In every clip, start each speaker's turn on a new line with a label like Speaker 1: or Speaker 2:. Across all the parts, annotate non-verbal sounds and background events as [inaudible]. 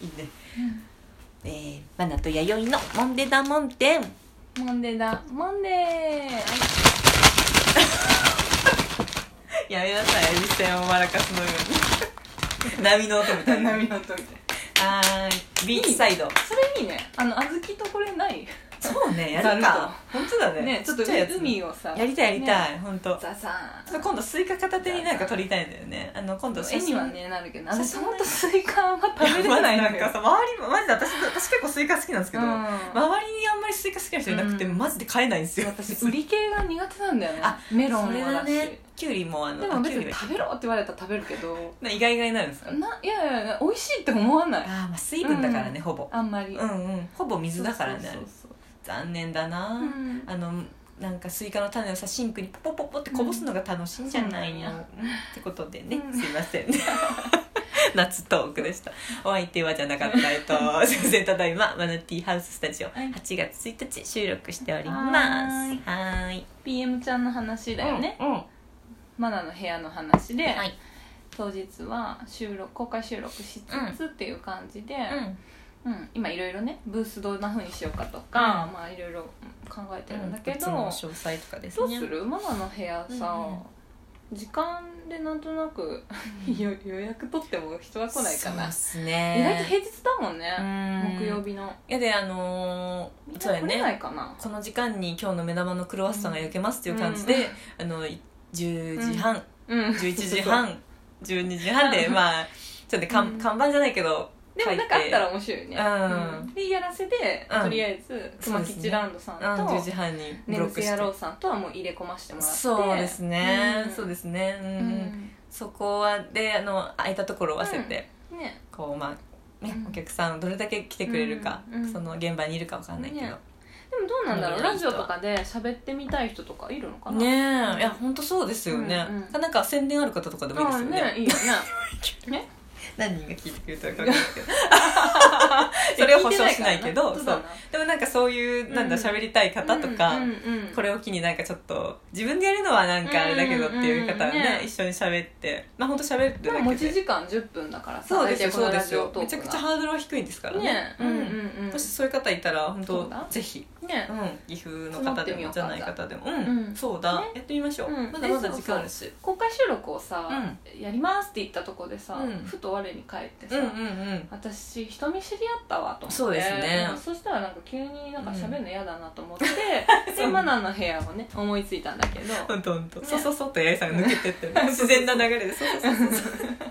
Speaker 1: いいね。えー、マナと弥生のモンデダモンテン。
Speaker 2: モンデーだモンデー
Speaker 1: やめなさい、実際を笑かすのように。 [laughs] [laughs] 波の音みたいな。は
Speaker 2: 波の音みたい
Speaker 1: ーい。ビーチサイド。
Speaker 2: それいいねあの小豆とこれない
Speaker 1: そうね、や
Speaker 2: ざ
Speaker 1: る
Speaker 2: る
Speaker 1: か。本当だね。
Speaker 2: ねちょっと
Speaker 1: ちゃいやつ
Speaker 2: 海をさ
Speaker 1: やりたい、やり
Speaker 2: い
Speaker 1: たい、本当。
Speaker 2: ザザ
Speaker 1: ちょっと今度スイカ片手になんか撮りたいんだよね。あの、今度
Speaker 2: ーン絵にはねなるけどあの
Speaker 1: 写真ね
Speaker 2: ほんとスイカは
Speaker 1: 写真。
Speaker 2: 食べ
Speaker 1: 食べ
Speaker 2: れ
Speaker 1: れ
Speaker 2: な
Speaker 1: ないい
Speaker 2: のよ
Speaker 1: なんかさ、周りも、マジで私、私結構スイカ好きなんですけ
Speaker 2: う
Speaker 1: ど、
Speaker 2: ん
Speaker 1: 周りにあんまりスイカ好きな人いなくて、
Speaker 2: うん
Speaker 1: マジで買えないんですよ。
Speaker 2: 私売り系が苦手なんだよね
Speaker 1: あ
Speaker 2: メロン
Speaker 1: それ
Speaker 2: も
Speaker 1: だ
Speaker 2: だし
Speaker 1: ね。キュウリもあの、
Speaker 2: でも
Speaker 1: あ
Speaker 2: 別
Speaker 1: キュウリ
Speaker 2: に
Speaker 1: は
Speaker 2: 食べろって言われたら食べるけど
Speaker 1: な意外意外になるんですか
Speaker 2: ないやいやいや美味しいって思わない
Speaker 1: ああまあ水分だからね、
Speaker 2: うん
Speaker 1: ほぼ
Speaker 2: あんまり
Speaker 1: うんうんほぼ水だからね
Speaker 2: そうそう
Speaker 1: 残念だな、
Speaker 2: そううん
Speaker 1: あのなんかスイカの種をさシンクにポポポポってこぼすのが楽しいんじゃないの、
Speaker 2: うん
Speaker 1: うんってことでね、
Speaker 2: うん
Speaker 1: すいません夏トークでしたお相手はじゃなかった
Speaker 2: [laughs]
Speaker 1: えっとすいませんただいまマナティーハウススタジオ
Speaker 2: はい
Speaker 1: 8月1日収録しておりますはーい
Speaker 2: PM ちゃんの話だよね、
Speaker 1: うん、うん
Speaker 2: マナの部屋の話で、
Speaker 1: はい
Speaker 2: 当日は収録公開収録しつつっていう感じで、
Speaker 1: うん
Speaker 2: うん今いろいろねブースどんな風にしようかとか、
Speaker 1: うん
Speaker 2: まあいろいろ考えてる
Speaker 1: うんん
Speaker 2: だけど、
Speaker 1: 靴の詳細とかです
Speaker 2: どう
Speaker 1: ね
Speaker 2: するマナの部屋さ、
Speaker 1: うんうん
Speaker 2: 時間でなんとなく [laughs] 予予約取っても人は来ないか
Speaker 1: そう
Speaker 2: な
Speaker 1: っ、す
Speaker 2: 意外と
Speaker 1: ね
Speaker 2: 平日だもんね、
Speaker 1: うん
Speaker 2: 木曜日の
Speaker 1: いやであのーそう
Speaker 2: みんな
Speaker 1: や
Speaker 2: 来れ
Speaker 1: ね
Speaker 2: ないかな、
Speaker 1: この時間に今日の目玉のクロワッサンが焼けますっていう感じで、あのい10時半、
Speaker 2: うん
Speaker 1: 11時半12時半でまあちょっとね看,、
Speaker 2: うん
Speaker 1: 看板じゃないけど
Speaker 2: [laughs] でもなんかあったら面白いよね、
Speaker 1: うん
Speaker 2: でやらせで、
Speaker 1: うん
Speaker 2: とりあえず
Speaker 1: そう
Speaker 2: 妻
Speaker 1: ですね
Speaker 2: 吉ランドさん
Speaker 1: うん
Speaker 2: と、
Speaker 1: 10時半にブ
Speaker 2: ネ
Speaker 1: ロ
Speaker 2: ム
Speaker 1: ック
Speaker 2: ズ
Speaker 1: して
Speaker 2: 野郎さんとはもう入れ込ましてもらって
Speaker 1: そうですね、
Speaker 2: うん
Speaker 1: そうですねうん、
Speaker 2: う
Speaker 1: うん
Speaker 2: ん
Speaker 1: そこはであの空いたところを合わせて、
Speaker 2: ね
Speaker 1: こうまあね、
Speaker 2: うん
Speaker 1: お客さんをどれだけ来てくれるか、
Speaker 2: うんうん
Speaker 1: その現場にいるかわかんないけど、
Speaker 2: ねでもどうなんだろう、
Speaker 1: うん
Speaker 2: ラジオとかで喋ってみたい人とかいるのかな
Speaker 1: ね
Speaker 2: うん
Speaker 1: えいや本当そうですよね、
Speaker 2: うんうん
Speaker 1: なんか宣伝ある方とかでもいいですよ
Speaker 2: うんねいいよね
Speaker 1: 何人が聞いてくれたか分かんないけ
Speaker 2: [laughs]
Speaker 1: ど [laughs] それは保証しないけど
Speaker 2: 聞て
Speaker 1: そ
Speaker 2: な
Speaker 1: う
Speaker 2: いから
Speaker 1: でもなんかそういうなんだ
Speaker 2: うん
Speaker 1: 喋りたい方とか、
Speaker 2: うんうんうん
Speaker 1: これを機になんかちょっと自分でやるのはなんかあれだけどっていう方はね,、
Speaker 2: うんうんうんね
Speaker 1: 一緒に喋ってまあ本当喋ってるだ
Speaker 2: まあ
Speaker 1: け
Speaker 2: 持
Speaker 1: で
Speaker 2: ち時間10分だからさ
Speaker 1: そうですよ
Speaker 2: 大体この
Speaker 1: そうで
Speaker 2: ラ
Speaker 1: す
Speaker 2: ジオ
Speaker 1: よ
Speaker 2: トー
Speaker 1: め
Speaker 2: ク
Speaker 1: ちゃ
Speaker 2: が
Speaker 1: くちゃハードルは低いんですからね
Speaker 2: ねうんうんうん
Speaker 1: もしそういう方いたら本
Speaker 2: そう
Speaker 1: 当
Speaker 2: だ
Speaker 1: ぜひ、
Speaker 2: ね
Speaker 1: うん、岐阜の方でもじゃない方でもうん、
Speaker 2: うん
Speaker 1: そうだ、
Speaker 2: ね
Speaker 1: やってみましょう、
Speaker 2: うん
Speaker 1: まだまだ時間あるし
Speaker 2: 公開収録をさ、やりますって言ったとこでさ、
Speaker 1: うん
Speaker 2: ふと我に返ってさ、
Speaker 1: うんうんうん
Speaker 2: 私人見知りあったわと思って
Speaker 1: そうですね
Speaker 2: んそしたらなんか急になんか喋るの嫌だなと思って、
Speaker 1: [laughs]
Speaker 2: で
Speaker 1: うん
Speaker 2: マナの部屋をね思いついたんだけ
Speaker 1: [laughs]
Speaker 2: ど
Speaker 1: ほんとほんと、
Speaker 2: ね
Speaker 1: そうそうそうと八重さんが抜けてって、 [laughs] 自然な流れでそうそうそうそう
Speaker 2: ちょう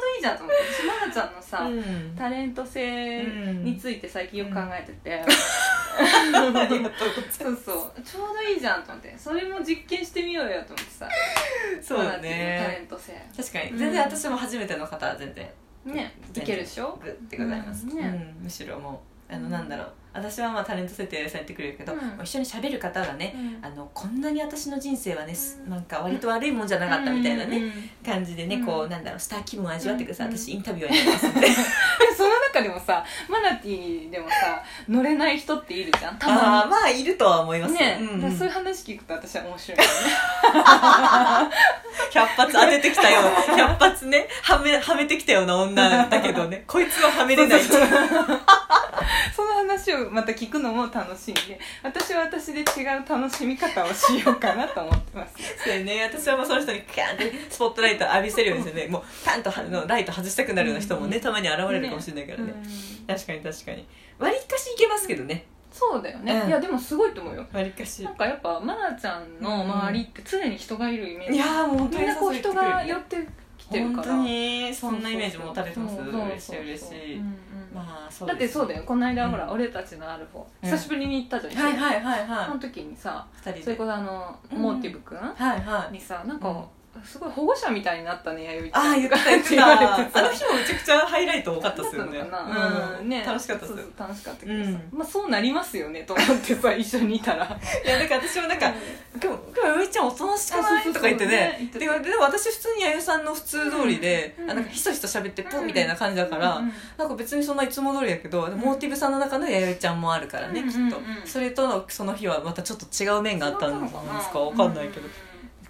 Speaker 2: どいいじゃんと思って私マナちゃんのさ、
Speaker 1: うん
Speaker 2: タレント性について最近よく考えてて、
Speaker 1: ありがとうございま
Speaker 2: [laughs] そうそうちょうどいいじゃんと思ってそれも実験してみようよと思ってさ
Speaker 1: すそうだ
Speaker 2: マナちゃんのタレ
Speaker 1: ね
Speaker 2: ント性
Speaker 1: 確か
Speaker 2: う
Speaker 1: に
Speaker 2: ん
Speaker 1: 全然私も初めての方は全然
Speaker 2: ねいけるでしょ
Speaker 1: グッてございます、
Speaker 2: うんね
Speaker 1: うんむしろもうあのなんだろう私はまあタレント設定されてくれるけど、
Speaker 2: うん
Speaker 1: もう一緒に喋る方がね
Speaker 2: うん
Speaker 1: あのこんなに私の人生はね、す
Speaker 2: うん
Speaker 1: なんか割と悪いもんじゃなかったみたいなね、
Speaker 2: うん [laughs] うん
Speaker 1: 感じでね、
Speaker 2: うん
Speaker 1: こうなんだろうスター気分を味わってください、
Speaker 2: うん
Speaker 1: 私インタビュアーになりますんで
Speaker 2: その中でもさマナティーでもさ乗れない人っているじゃんたまに
Speaker 1: ああまあいるとは思いますよ
Speaker 2: ね、
Speaker 1: うんうん
Speaker 2: だからそういう話聞くと私は
Speaker 1: [laughs]
Speaker 2: 面白いよね
Speaker 1: 100発当ててきた
Speaker 2: [laughs]
Speaker 1: ような100発ねはめはめてきたような女だけど
Speaker 2: [laughs]
Speaker 1: ねこいつははめれない
Speaker 2: そう [laughs] その話をまた聞くのも楽しいんで私は私で違う楽しみ方をしようかなと思ってます
Speaker 1: そうよね私はもうその人にカーンってスポットライト浴びせるようにしてねもうパンとあのライト外したくなるような人もねたまに現れるかもしれないからね
Speaker 2: うん
Speaker 1: 確かに確かに割りかしいけますけどね
Speaker 2: そうだよね、
Speaker 1: うん
Speaker 2: いやでもすごいと思うよ
Speaker 1: 割りかしい
Speaker 2: なんかやっぱマナちゃんの周りって常に人がいるイメージ、
Speaker 1: やーもう本当
Speaker 2: み
Speaker 1: に
Speaker 2: んなこう
Speaker 1: 誘って
Speaker 2: 人
Speaker 1: くれる
Speaker 2: が
Speaker 1: ね
Speaker 2: 寄ってきてるか
Speaker 1: 本
Speaker 2: ら
Speaker 1: 当にそんなイメージ持たれてます
Speaker 2: そうそうそう
Speaker 1: 嬉しい嬉しい、
Speaker 2: うんうん
Speaker 1: まあそう
Speaker 2: だってそうだよこの間ほら、
Speaker 1: う
Speaker 2: 俺たちのアルフォ
Speaker 1: うん
Speaker 2: 久しぶりに行ったじゃん、
Speaker 1: はいはいはい
Speaker 2: そ
Speaker 1: は
Speaker 2: の時にさ
Speaker 1: い二人
Speaker 2: それ
Speaker 1: で
Speaker 2: こそあの、
Speaker 1: うん
Speaker 2: モーティブくん
Speaker 1: はいはい
Speaker 2: にさなんか、すごい保護者みたいになったね弥生ち
Speaker 1: あ
Speaker 2: ゃ
Speaker 1: あ
Speaker 2: ん
Speaker 1: 言っ
Speaker 2: と
Speaker 1: て
Speaker 2: か
Speaker 1: た言って
Speaker 2: 言われ
Speaker 1: た
Speaker 2: てさ
Speaker 1: あの日もめちゃくちゃハイライト多かったですよね
Speaker 2: だったのかなうんね
Speaker 1: 楽しかったです
Speaker 2: そう
Speaker 1: よ
Speaker 2: そう楽しかったけどさ、
Speaker 1: うん
Speaker 2: まあそうなりますよねと思ってさ一緒にいたら
Speaker 1: いやだから私もなんか今日、今日、ゆいちゃんおとなしくないとか言って
Speaker 2: あそう
Speaker 1: ね。
Speaker 2: そうそうね
Speaker 1: で、でも私普通にやゆさんの普通通りで、
Speaker 2: うん
Speaker 1: あなんかひそひそ喋ってポンみたいな感じだから、
Speaker 2: うんうん
Speaker 1: なんか別にそんないつも通りやけど、
Speaker 2: ん
Speaker 1: モーティブさんの中のやゆちゃんもあるからね、
Speaker 2: うん
Speaker 1: きっと
Speaker 2: うんうん。
Speaker 1: それとのその日はまたちょっと違う面があったんですかわかんないけど。
Speaker 2: う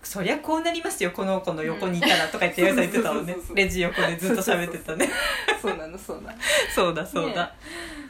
Speaker 1: そりゃこうなりますよこの子の横にいたら」とか言って
Speaker 2: うん
Speaker 1: やさ言ってたもんね
Speaker 2: そうそうそうそう
Speaker 1: レジ横でずっと喋ってたね
Speaker 2: そうなのそうなの
Speaker 1: [laughs] そうだそうだ、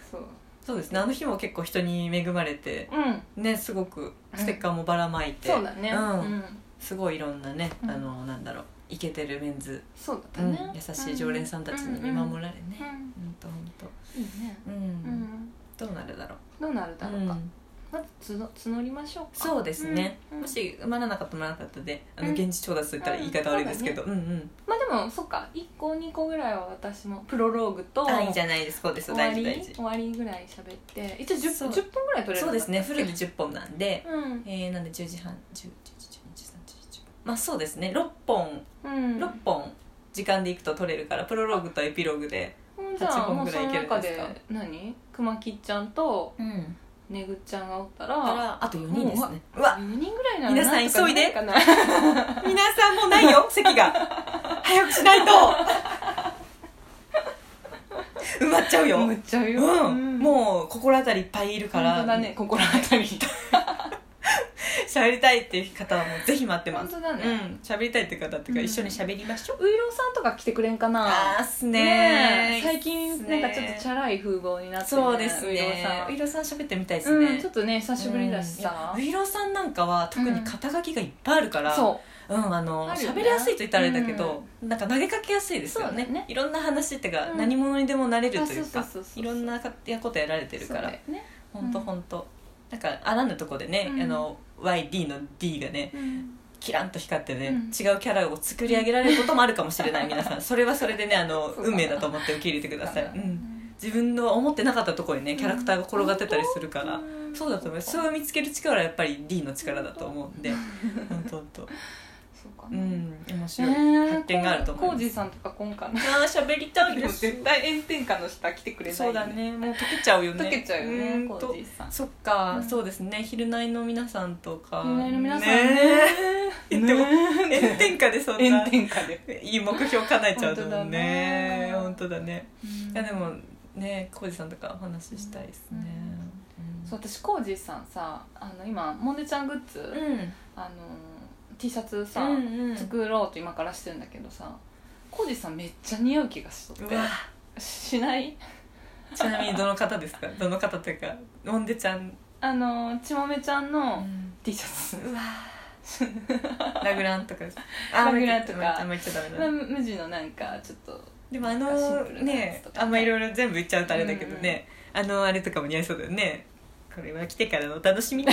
Speaker 2: そう
Speaker 1: そうですねあの日も結構人に恵まれて
Speaker 2: うん
Speaker 1: ねすごくステッカーもばらまいて、
Speaker 2: そうだね
Speaker 1: うん
Speaker 2: うん
Speaker 1: すごいいろんなねあ
Speaker 2: うん
Speaker 1: のなんだろうイケてるメンズ、
Speaker 2: そうだ
Speaker 1: う
Speaker 2: っ
Speaker 1: ん
Speaker 2: たね
Speaker 1: 優しい常連さんたちに見守られ
Speaker 2: うんう
Speaker 1: ね
Speaker 2: ん
Speaker 1: 本当本当
Speaker 2: いいね
Speaker 1: うん、
Speaker 2: うん
Speaker 1: どうなるだろう
Speaker 2: どうなるだろうか
Speaker 1: うん
Speaker 2: まず募募りましょうか
Speaker 1: そうですね、
Speaker 2: うんうん
Speaker 1: もし埋まらなかったら埋まらなかったであの
Speaker 2: うん
Speaker 1: 現地調達といったら言い方悪いですけど、うんうん
Speaker 2: まあでもそっか1個2個ぐらいは私もプロローグと
Speaker 1: あいいじ
Speaker 2: 終
Speaker 1: ゃないですそうです
Speaker 2: わ
Speaker 1: 大事大
Speaker 2: り
Speaker 1: 事
Speaker 2: 終わりぐらい喋って一応
Speaker 1: そ
Speaker 2: 10,
Speaker 1: う
Speaker 2: 10分ぐらい取れる
Speaker 1: そうですねフルで
Speaker 2: に
Speaker 1: 10本なんで、
Speaker 2: うん
Speaker 1: えー、なんで10時半10 10時12時3時10まあそうですね6本
Speaker 2: うん
Speaker 1: 6本時間でいくと取れるからプロローグとエピローグで
Speaker 2: うんじゃあ
Speaker 1: 8
Speaker 2: も
Speaker 1: 本
Speaker 2: う
Speaker 1: ぐ
Speaker 2: そ
Speaker 1: らい
Speaker 2: の
Speaker 1: いけるんですか
Speaker 2: 中で何熊きっちゃんと
Speaker 1: うん
Speaker 2: ねぐっちゃんがおった
Speaker 1: だかららあと4人ですねうわ
Speaker 2: 4人ぐらいなら
Speaker 1: 皆さん
Speaker 2: とか
Speaker 1: 急いで
Speaker 2: なかな
Speaker 1: 皆さんもうない
Speaker 2: [laughs]
Speaker 1: よ席が早くしないと埋まっちゃうよ [laughs]
Speaker 2: むっちゃうよ
Speaker 1: うん、もう心当たりいっぱいいる
Speaker 2: う
Speaker 1: から
Speaker 2: 本当だね心当たり
Speaker 1: 喋りたいっていう方はもうぜひ待ってま
Speaker 2: 本
Speaker 1: す
Speaker 2: 当だ
Speaker 1: う
Speaker 2: ね
Speaker 1: ん喋りたいっていう方っていうか、
Speaker 2: うん
Speaker 1: 一緒に喋りましょう
Speaker 2: ういろうさんとか来てくれんか
Speaker 1: あ
Speaker 2: な
Speaker 1: ーっす
Speaker 2: ね
Speaker 1: ね
Speaker 2: え最近なんかちょっとチャラい風貌になってね
Speaker 1: そうです
Speaker 2: ういろう
Speaker 1: ね
Speaker 2: さん
Speaker 1: ういろさん喋ってみたいですね、
Speaker 2: うん、ちょっとね久しぶりだしさ、
Speaker 1: うんいやういろさんなんかは特に肩書きがいっぱいあるから、うん
Speaker 2: そ
Speaker 1: あの
Speaker 2: あるよ
Speaker 1: 喋
Speaker 2: ね
Speaker 1: りやすいと言ったらあれだけど、なんか投げかけやすいですよね
Speaker 2: そうだね
Speaker 1: いろんな話っていうか、
Speaker 2: うん
Speaker 1: 何者にでもなれ
Speaker 2: う
Speaker 1: るという
Speaker 2: あ
Speaker 1: か
Speaker 2: そうそうそうそう
Speaker 1: いろん
Speaker 2: なっ
Speaker 1: なかやことやられてるから、
Speaker 2: ね
Speaker 1: ほんとほんとなんかあらぬとこでね、
Speaker 2: うん
Speaker 1: あの YD の D がね
Speaker 2: うん
Speaker 1: キランと光ってね、
Speaker 2: うん
Speaker 1: 違うキャラを作り上げられることもあるかもしれない皆さんそれはそれでねあの
Speaker 2: [laughs] そうだな
Speaker 1: 運命だと思って受け入れてください、、
Speaker 2: そうだなん
Speaker 1: 自分の思ってなかったところにねキャラクターが転がってたりするから、
Speaker 2: うん
Speaker 1: そうだと思いますそれを見つける力はやっぱり D の力だと思うんで本当本当
Speaker 2: そうか
Speaker 1: う
Speaker 2: な、ね
Speaker 1: ん面
Speaker 2: え
Speaker 1: 白い、発見があると思い
Speaker 2: コ
Speaker 1: ま
Speaker 2: ージ
Speaker 1: す
Speaker 2: さんとかこんかな
Speaker 1: ああ喋りたい
Speaker 2: で
Speaker 1: で
Speaker 2: も
Speaker 1: す
Speaker 2: 絶対炎天下の下来てくれない
Speaker 1: そうだねもう溶けちゃうよね
Speaker 2: 溶けちゃうよね
Speaker 1: ん
Speaker 2: コ
Speaker 1: と
Speaker 2: ージさん
Speaker 1: そっか、
Speaker 2: うん
Speaker 1: そうですね「昼ナイの皆さんとか
Speaker 2: 昼ナイの皆さんね
Speaker 1: えでも
Speaker 2: ね
Speaker 1: 炎天下でそんな
Speaker 2: 炎天下で、
Speaker 1: いい目標叶えちゃうと思うね
Speaker 2: 本
Speaker 1: 本
Speaker 2: 当
Speaker 1: 当だねいやでもね浩二さんとかお話ししたいですね
Speaker 2: そう私コージさんさあの今モネちゃんグッズ、
Speaker 1: ん
Speaker 2: あの T シャツさ、
Speaker 1: うんうん
Speaker 2: 作ろうと今からしてるんだけどさコージさんめっちゃ似合う気がしとっ
Speaker 1: う
Speaker 2: て
Speaker 1: わ
Speaker 2: しない
Speaker 1: ちなみにどの方
Speaker 2: [laughs]
Speaker 1: ですかどの方というかモンデちゃん
Speaker 2: あのちもめちゃんの
Speaker 1: う
Speaker 2: T シャ
Speaker 1: わ
Speaker 2: ツ、
Speaker 1: ラグランとかです
Speaker 2: ラグランとか
Speaker 1: あんま言っちゃダメ
Speaker 2: まあ
Speaker 1: だ
Speaker 2: 無地のなんかちょっと
Speaker 1: でもあの
Speaker 2: シンプルなや
Speaker 1: ね
Speaker 2: つとか
Speaker 1: あんまいろいろ全部言っちゃうとあれだけどねあのあれとかも似合いそうだよねこれは来てからのお楽しみ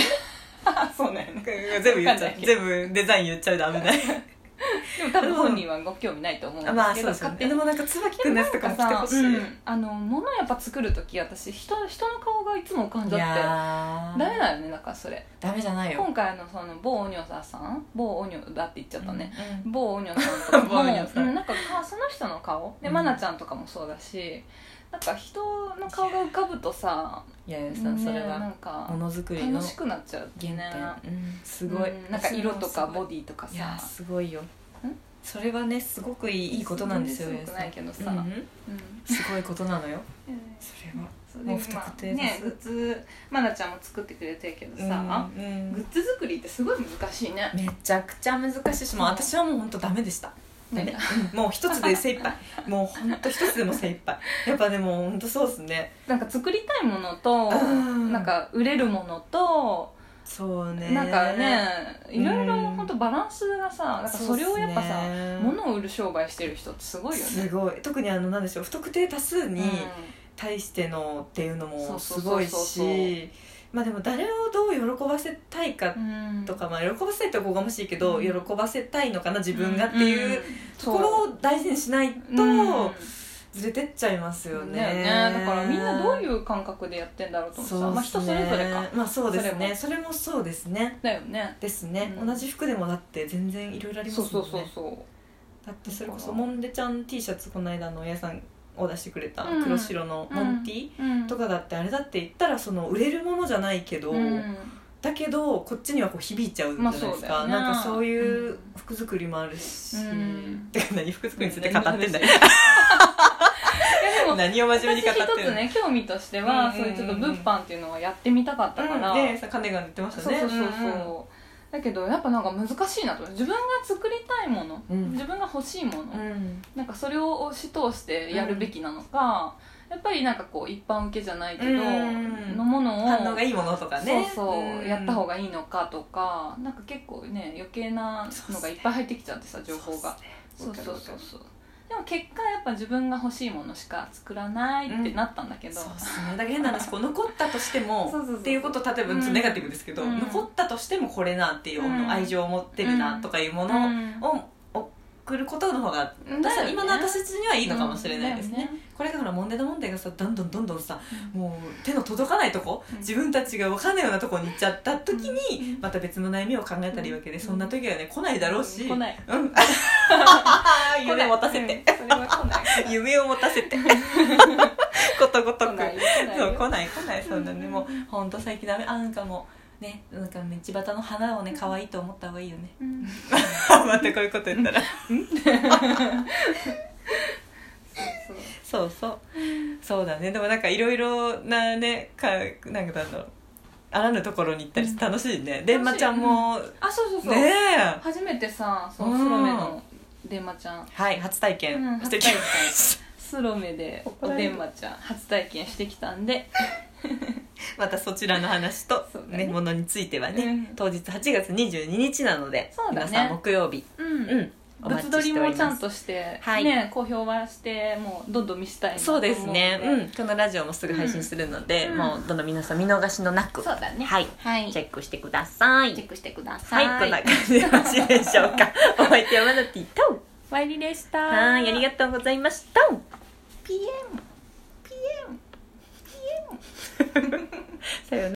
Speaker 2: あ [laughs] そうなんやね
Speaker 1: 全部言っちゃう全部デザイン言っちゃうと危
Speaker 2: [laughs]
Speaker 1: ない
Speaker 2: でも多分本人はご興味ないと思うんですけど、
Speaker 1: まあそうですよ
Speaker 2: 勝
Speaker 1: ね
Speaker 2: 手に
Speaker 1: でもなんか椿くんのやつとかも
Speaker 2: なんか
Speaker 1: 来て
Speaker 2: さ
Speaker 1: ほしい
Speaker 2: うんあの物やっぱ作る時私人人の顔がいつも浮かんじ
Speaker 1: い
Speaker 2: ゃって
Speaker 1: やー
Speaker 2: ダメだよねなんかそれ
Speaker 1: ダメじゃないよ
Speaker 2: 今回のその某オニョザさん某オニョだって言っちゃったね、
Speaker 1: うん
Speaker 2: 某オニ
Speaker 1: [laughs]
Speaker 2: ョさんと
Speaker 1: 某
Speaker 2: か
Speaker 1: オニ
Speaker 2: も
Speaker 1: ョさん
Speaker 2: うんなんかかその人の顔で
Speaker 1: うん
Speaker 2: 愛菜、ちゃんとかもそうだしなんか人の顔が浮かぶとさ
Speaker 1: いやいやさそれ
Speaker 2: ねなん
Speaker 1: はも
Speaker 2: か
Speaker 1: のづくりの
Speaker 2: 楽し
Speaker 1: 原
Speaker 2: くなっちゃうって
Speaker 1: 点
Speaker 2: ね
Speaker 1: うんすごい
Speaker 2: うんなんか色とかボディとか
Speaker 1: いや
Speaker 2: さ
Speaker 1: ーすごいよそれはねすごくいいいいことなんですよ
Speaker 2: すごくないけど
Speaker 1: う
Speaker 2: さ
Speaker 1: んうん
Speaker 2: うん
Speaker 1: すごいことなのよそれは
Speaker 2: それ
Speaker 1: もう
Speaker 2: で
Speaker 1: 不
Speaker 2: ま
Speaker 1: 特
Speaker 2: あ
Speaker 1: 定多数
Speaker 2: ねグッズ愛菜ちゃんも作ってくれてるけどさ、
Speaker 1: うんう
Speaker 2: グ
Speaker 1: ん
Speaker 2: ッズ作りってすごい難しいね
Speaker 1: めちゃくちゃ難しいしもう私はもう本当ダメでしたダメ
Speaker 2: ね
Speaker 1: うんもう一つで精
Speaker 2: [laughs]
Speaker 1: 一杯もう本当一つでも精一杯やっぱでも本当そうですね
Speaker 2: なんか作りたいものと
Speaker 1: うん
Speaker 2: なんか売れるものと
Speaker 1: そうね
Speaker 2: なんかねいろいろ
Speaker 1: うん
Speaker 2: 本当バランスがさなんかそれをやっぱさ
Speaker 1: そうすね
Speaker 2: 物を売る商売してる人ってすごいよね
Speaker 1: すごい特にあのなんでしょう不特定多数
Speaker 2: うん
Speaker 1: に対してのっていうのも
Speaker 2: そう
Speaker 1: す
Speaker 2: そうそ
Speaker 1: ご
Speaker 2: う
Speaker 1: い
Speaker 2: そうそう
Speaker 1: しまあでも誰をどう喜ばせたいか
Speaker 2: うん
Speaker 1: とか、まあ、喜ばせたいっておこがましいけど、
Speaker 2: うん
Speaker 1: 喜ばせたいのかな自分がっていうところを大事にしないと
Speaker 2: うん
Speaker 1: ずれてっちゃいますよ
Speaker 2: うん
Speaker 1: ね。
Speaker 2: だよねだからみんなどういうう感覚でやってんだろうと思って
Speaker 1: そう
Speaker 2: さ、まあ、
Speaker 1: っす
Speaker 2: 人
Speaker 1: ね
Speaker 2: それぞれか
Speaker 1: まあそうですね
Speaker 2: そ
Speaker 1: それもそうですね
Speaker 2: だよね
Speaker 1: ですね、
Speaker 2: うん
Speaker 1: 同じ服でもだって全然いろいろあります
Speaker 2: そ
Speaker 1: も
Speaker 2: う
Speaker 1: ね
Speaker 2: んそうそうそう
Speaker 1: だってそれこそモンデちゃん T シャツこの間の親さんを出してくれた黒白のモンティ
Speaker 2: うん
Speaker 1: とかだってあれだって言ったらその売れるものじゃないけど、
Speaker 2: うん
Speaker 1: だけどこっちにはこう響いちゃうじゃないですか、
Speaker 2: まあそうだよね
Speaker 1: なんかそういう服作りもあるし、
Speaker 2: うん
Speaker 1: てか何服作りについて語ってんだよ、
Speaker 2: いやで
Speaker 1: [laughs]
Speaker 2: も
Speaker 1: 何を [laughs] 真面目
Speaker 2: 私
Speaker 1: に語
Speaker 2: 一
Speaker 1: ってる
Speaker 2: つね興味としては、
Speaker 1: うんうんうん
Speaker 2: そういうちょっと物販っていうのはやってみたかったから、
Speaker 1: うんねさカネが言ってました
Speaker 2: そう
Speaker 1: ね
Speaker 2: そうそうそう、
Speaker 1: ん
Speaker 2: だけどやっぱなんか難しいなと自分が作りたいもの、
Speaker 1: うん
Speaker 2: 自分が欲しいもの、
Speaker 1: うん
Speaker 2: なんかそれを押し通してやるべきなのか、やっぱりなんかこう一般受けじゃないけど、
Speaker 1: うん
Speaker 2: のものを
Speaker 1: 反応がいいものとかね
Speaker 2: そうそう、やった方
Speaker 1: が
Speaker 2: がいいのかとかなんか結構ね余計なのがいっぱい入ってきちゃってさ情報がそうそうそうそうでも結果やっぱ自分が欲しいものしか作らないってなったんだけど、
Speaker 1: そうっすねだから変な話こう残ったとしても
Speaker 2: そうそうそう
Speaker 1: っていうこと例えば
Speaker 2: うん
Speaker 1: ちょっとネガティブですけど、
Speaker 2: うん
Speaker 1: 残ったとしてもこれなっていう、
Speaker 2: うん
Speaker 1: 愛情を持ってるなとかいうものを、送ることの方が
Speaker 2: うんだよね
Speaker 1: 今の私たちにはいいのかもしれないですね,、
Speaker 2: うんだよね
Speaker 1: これがほらモンデダモンデがさどんどんどんどんさもう手の届かないとこ、自分たちが分かんないようなとこに行っちゃった時に、
Speaker 2: うん
Speaker 1: また別の悩みを考えたりわけで、
Speaker 2: うん
Speaker 1: そんな時はね来ないだろうし、
Speaker 2: 来ない
Speaker 1: うん夢を持たせて、
Speaker 2: うんそれは来ない来ない
Speaker 1: 夢を持たせ
Speaker 2: [laughs]
Speaker 1: てことごと
Speaker 2: 来
Speaker 1: く
Speaker 2: ない来ない
Speaker 1: そう
Speaker 2: よ
Speaker 1: 来ない来ないそんなね
Speaker 2: うん
Speaker 1: もうほんと最近ダメあなんかもうねなんか道端の花をね可愛いと思った方がいいよね [laughs]
Speaker 2: うん
Speaker 1: 待ってこういうこと言ったらそう
Speaker 2: そう
Speaker 1: そうそうだねでもなんかいろいろなねかなんかなんだろうあらぬところに行ったりして楽しいねでんまちゃんも
Speaker 2: あそうそうそう、
Speaker 1: ねえ
Speaker 2: 初めてさその
Speaker 1: うん
Speaker 2: スロメのデンマちゃん
Speaker 1: はい初体
Speaker 2: うん
Speaker 1: 験してきました
Speaker 2: スロメで
Speaker 1: 怒
Speaker 2: お
Speaker 1: られ
Speaker 2: で
Speaker 1: る
Speaker 2: んまちゃん初体験してきたんで
Speaker 1: またそちらの話と
Speaker 2: [laughs] そうだね
Speaker 1: ねものについては
Speaker 2: う
Speaker 1: ね
Speaker 2: ん
Speaker 1: 当日8月22日なので
Speaker 2: そうだね
Speaker 1: 皆さん木曜日
Speaker 2: うん
Speaker 1: うんお待
Speaker 2: 物
Speaker 1: ち
Speaker 2: 撮
Speaker 1: し
Speaker 2: り
Speaker 1: ており
Speaker 2: も
Speaker 1: ま
Speaker 2: ちゃん
Speaker 1: す
Speaker 2: として、
Speaker 1: はい
Speaker 2: ね公表はしてもうどんどん見せたいなと
Speaker 1: そ
Speaker 2: 思
Speaker 1: うですね、
Speaker 2: ので
Speaker 1: うん、このラジオもすぐ配信するので、
Speaker 2: うん
Speaker 1: もうどの皆さん見逃しのなく、
Speaker 2: そうだね
Speaker 1: はい
Speaker 2: はい
Speaker 1: チ
Speaker 2: チェ
Speaker 1: ェックしてください
Speaker 2: ックしてくださ
Speaker 1: はいい、こんな感じでよろしいでしょうかお相手はマナティと
Speaker 2: ワイリでした
Speaker 1: はいありがとうございました
Speaker 2: とう PM
Speaker 1: [laughs]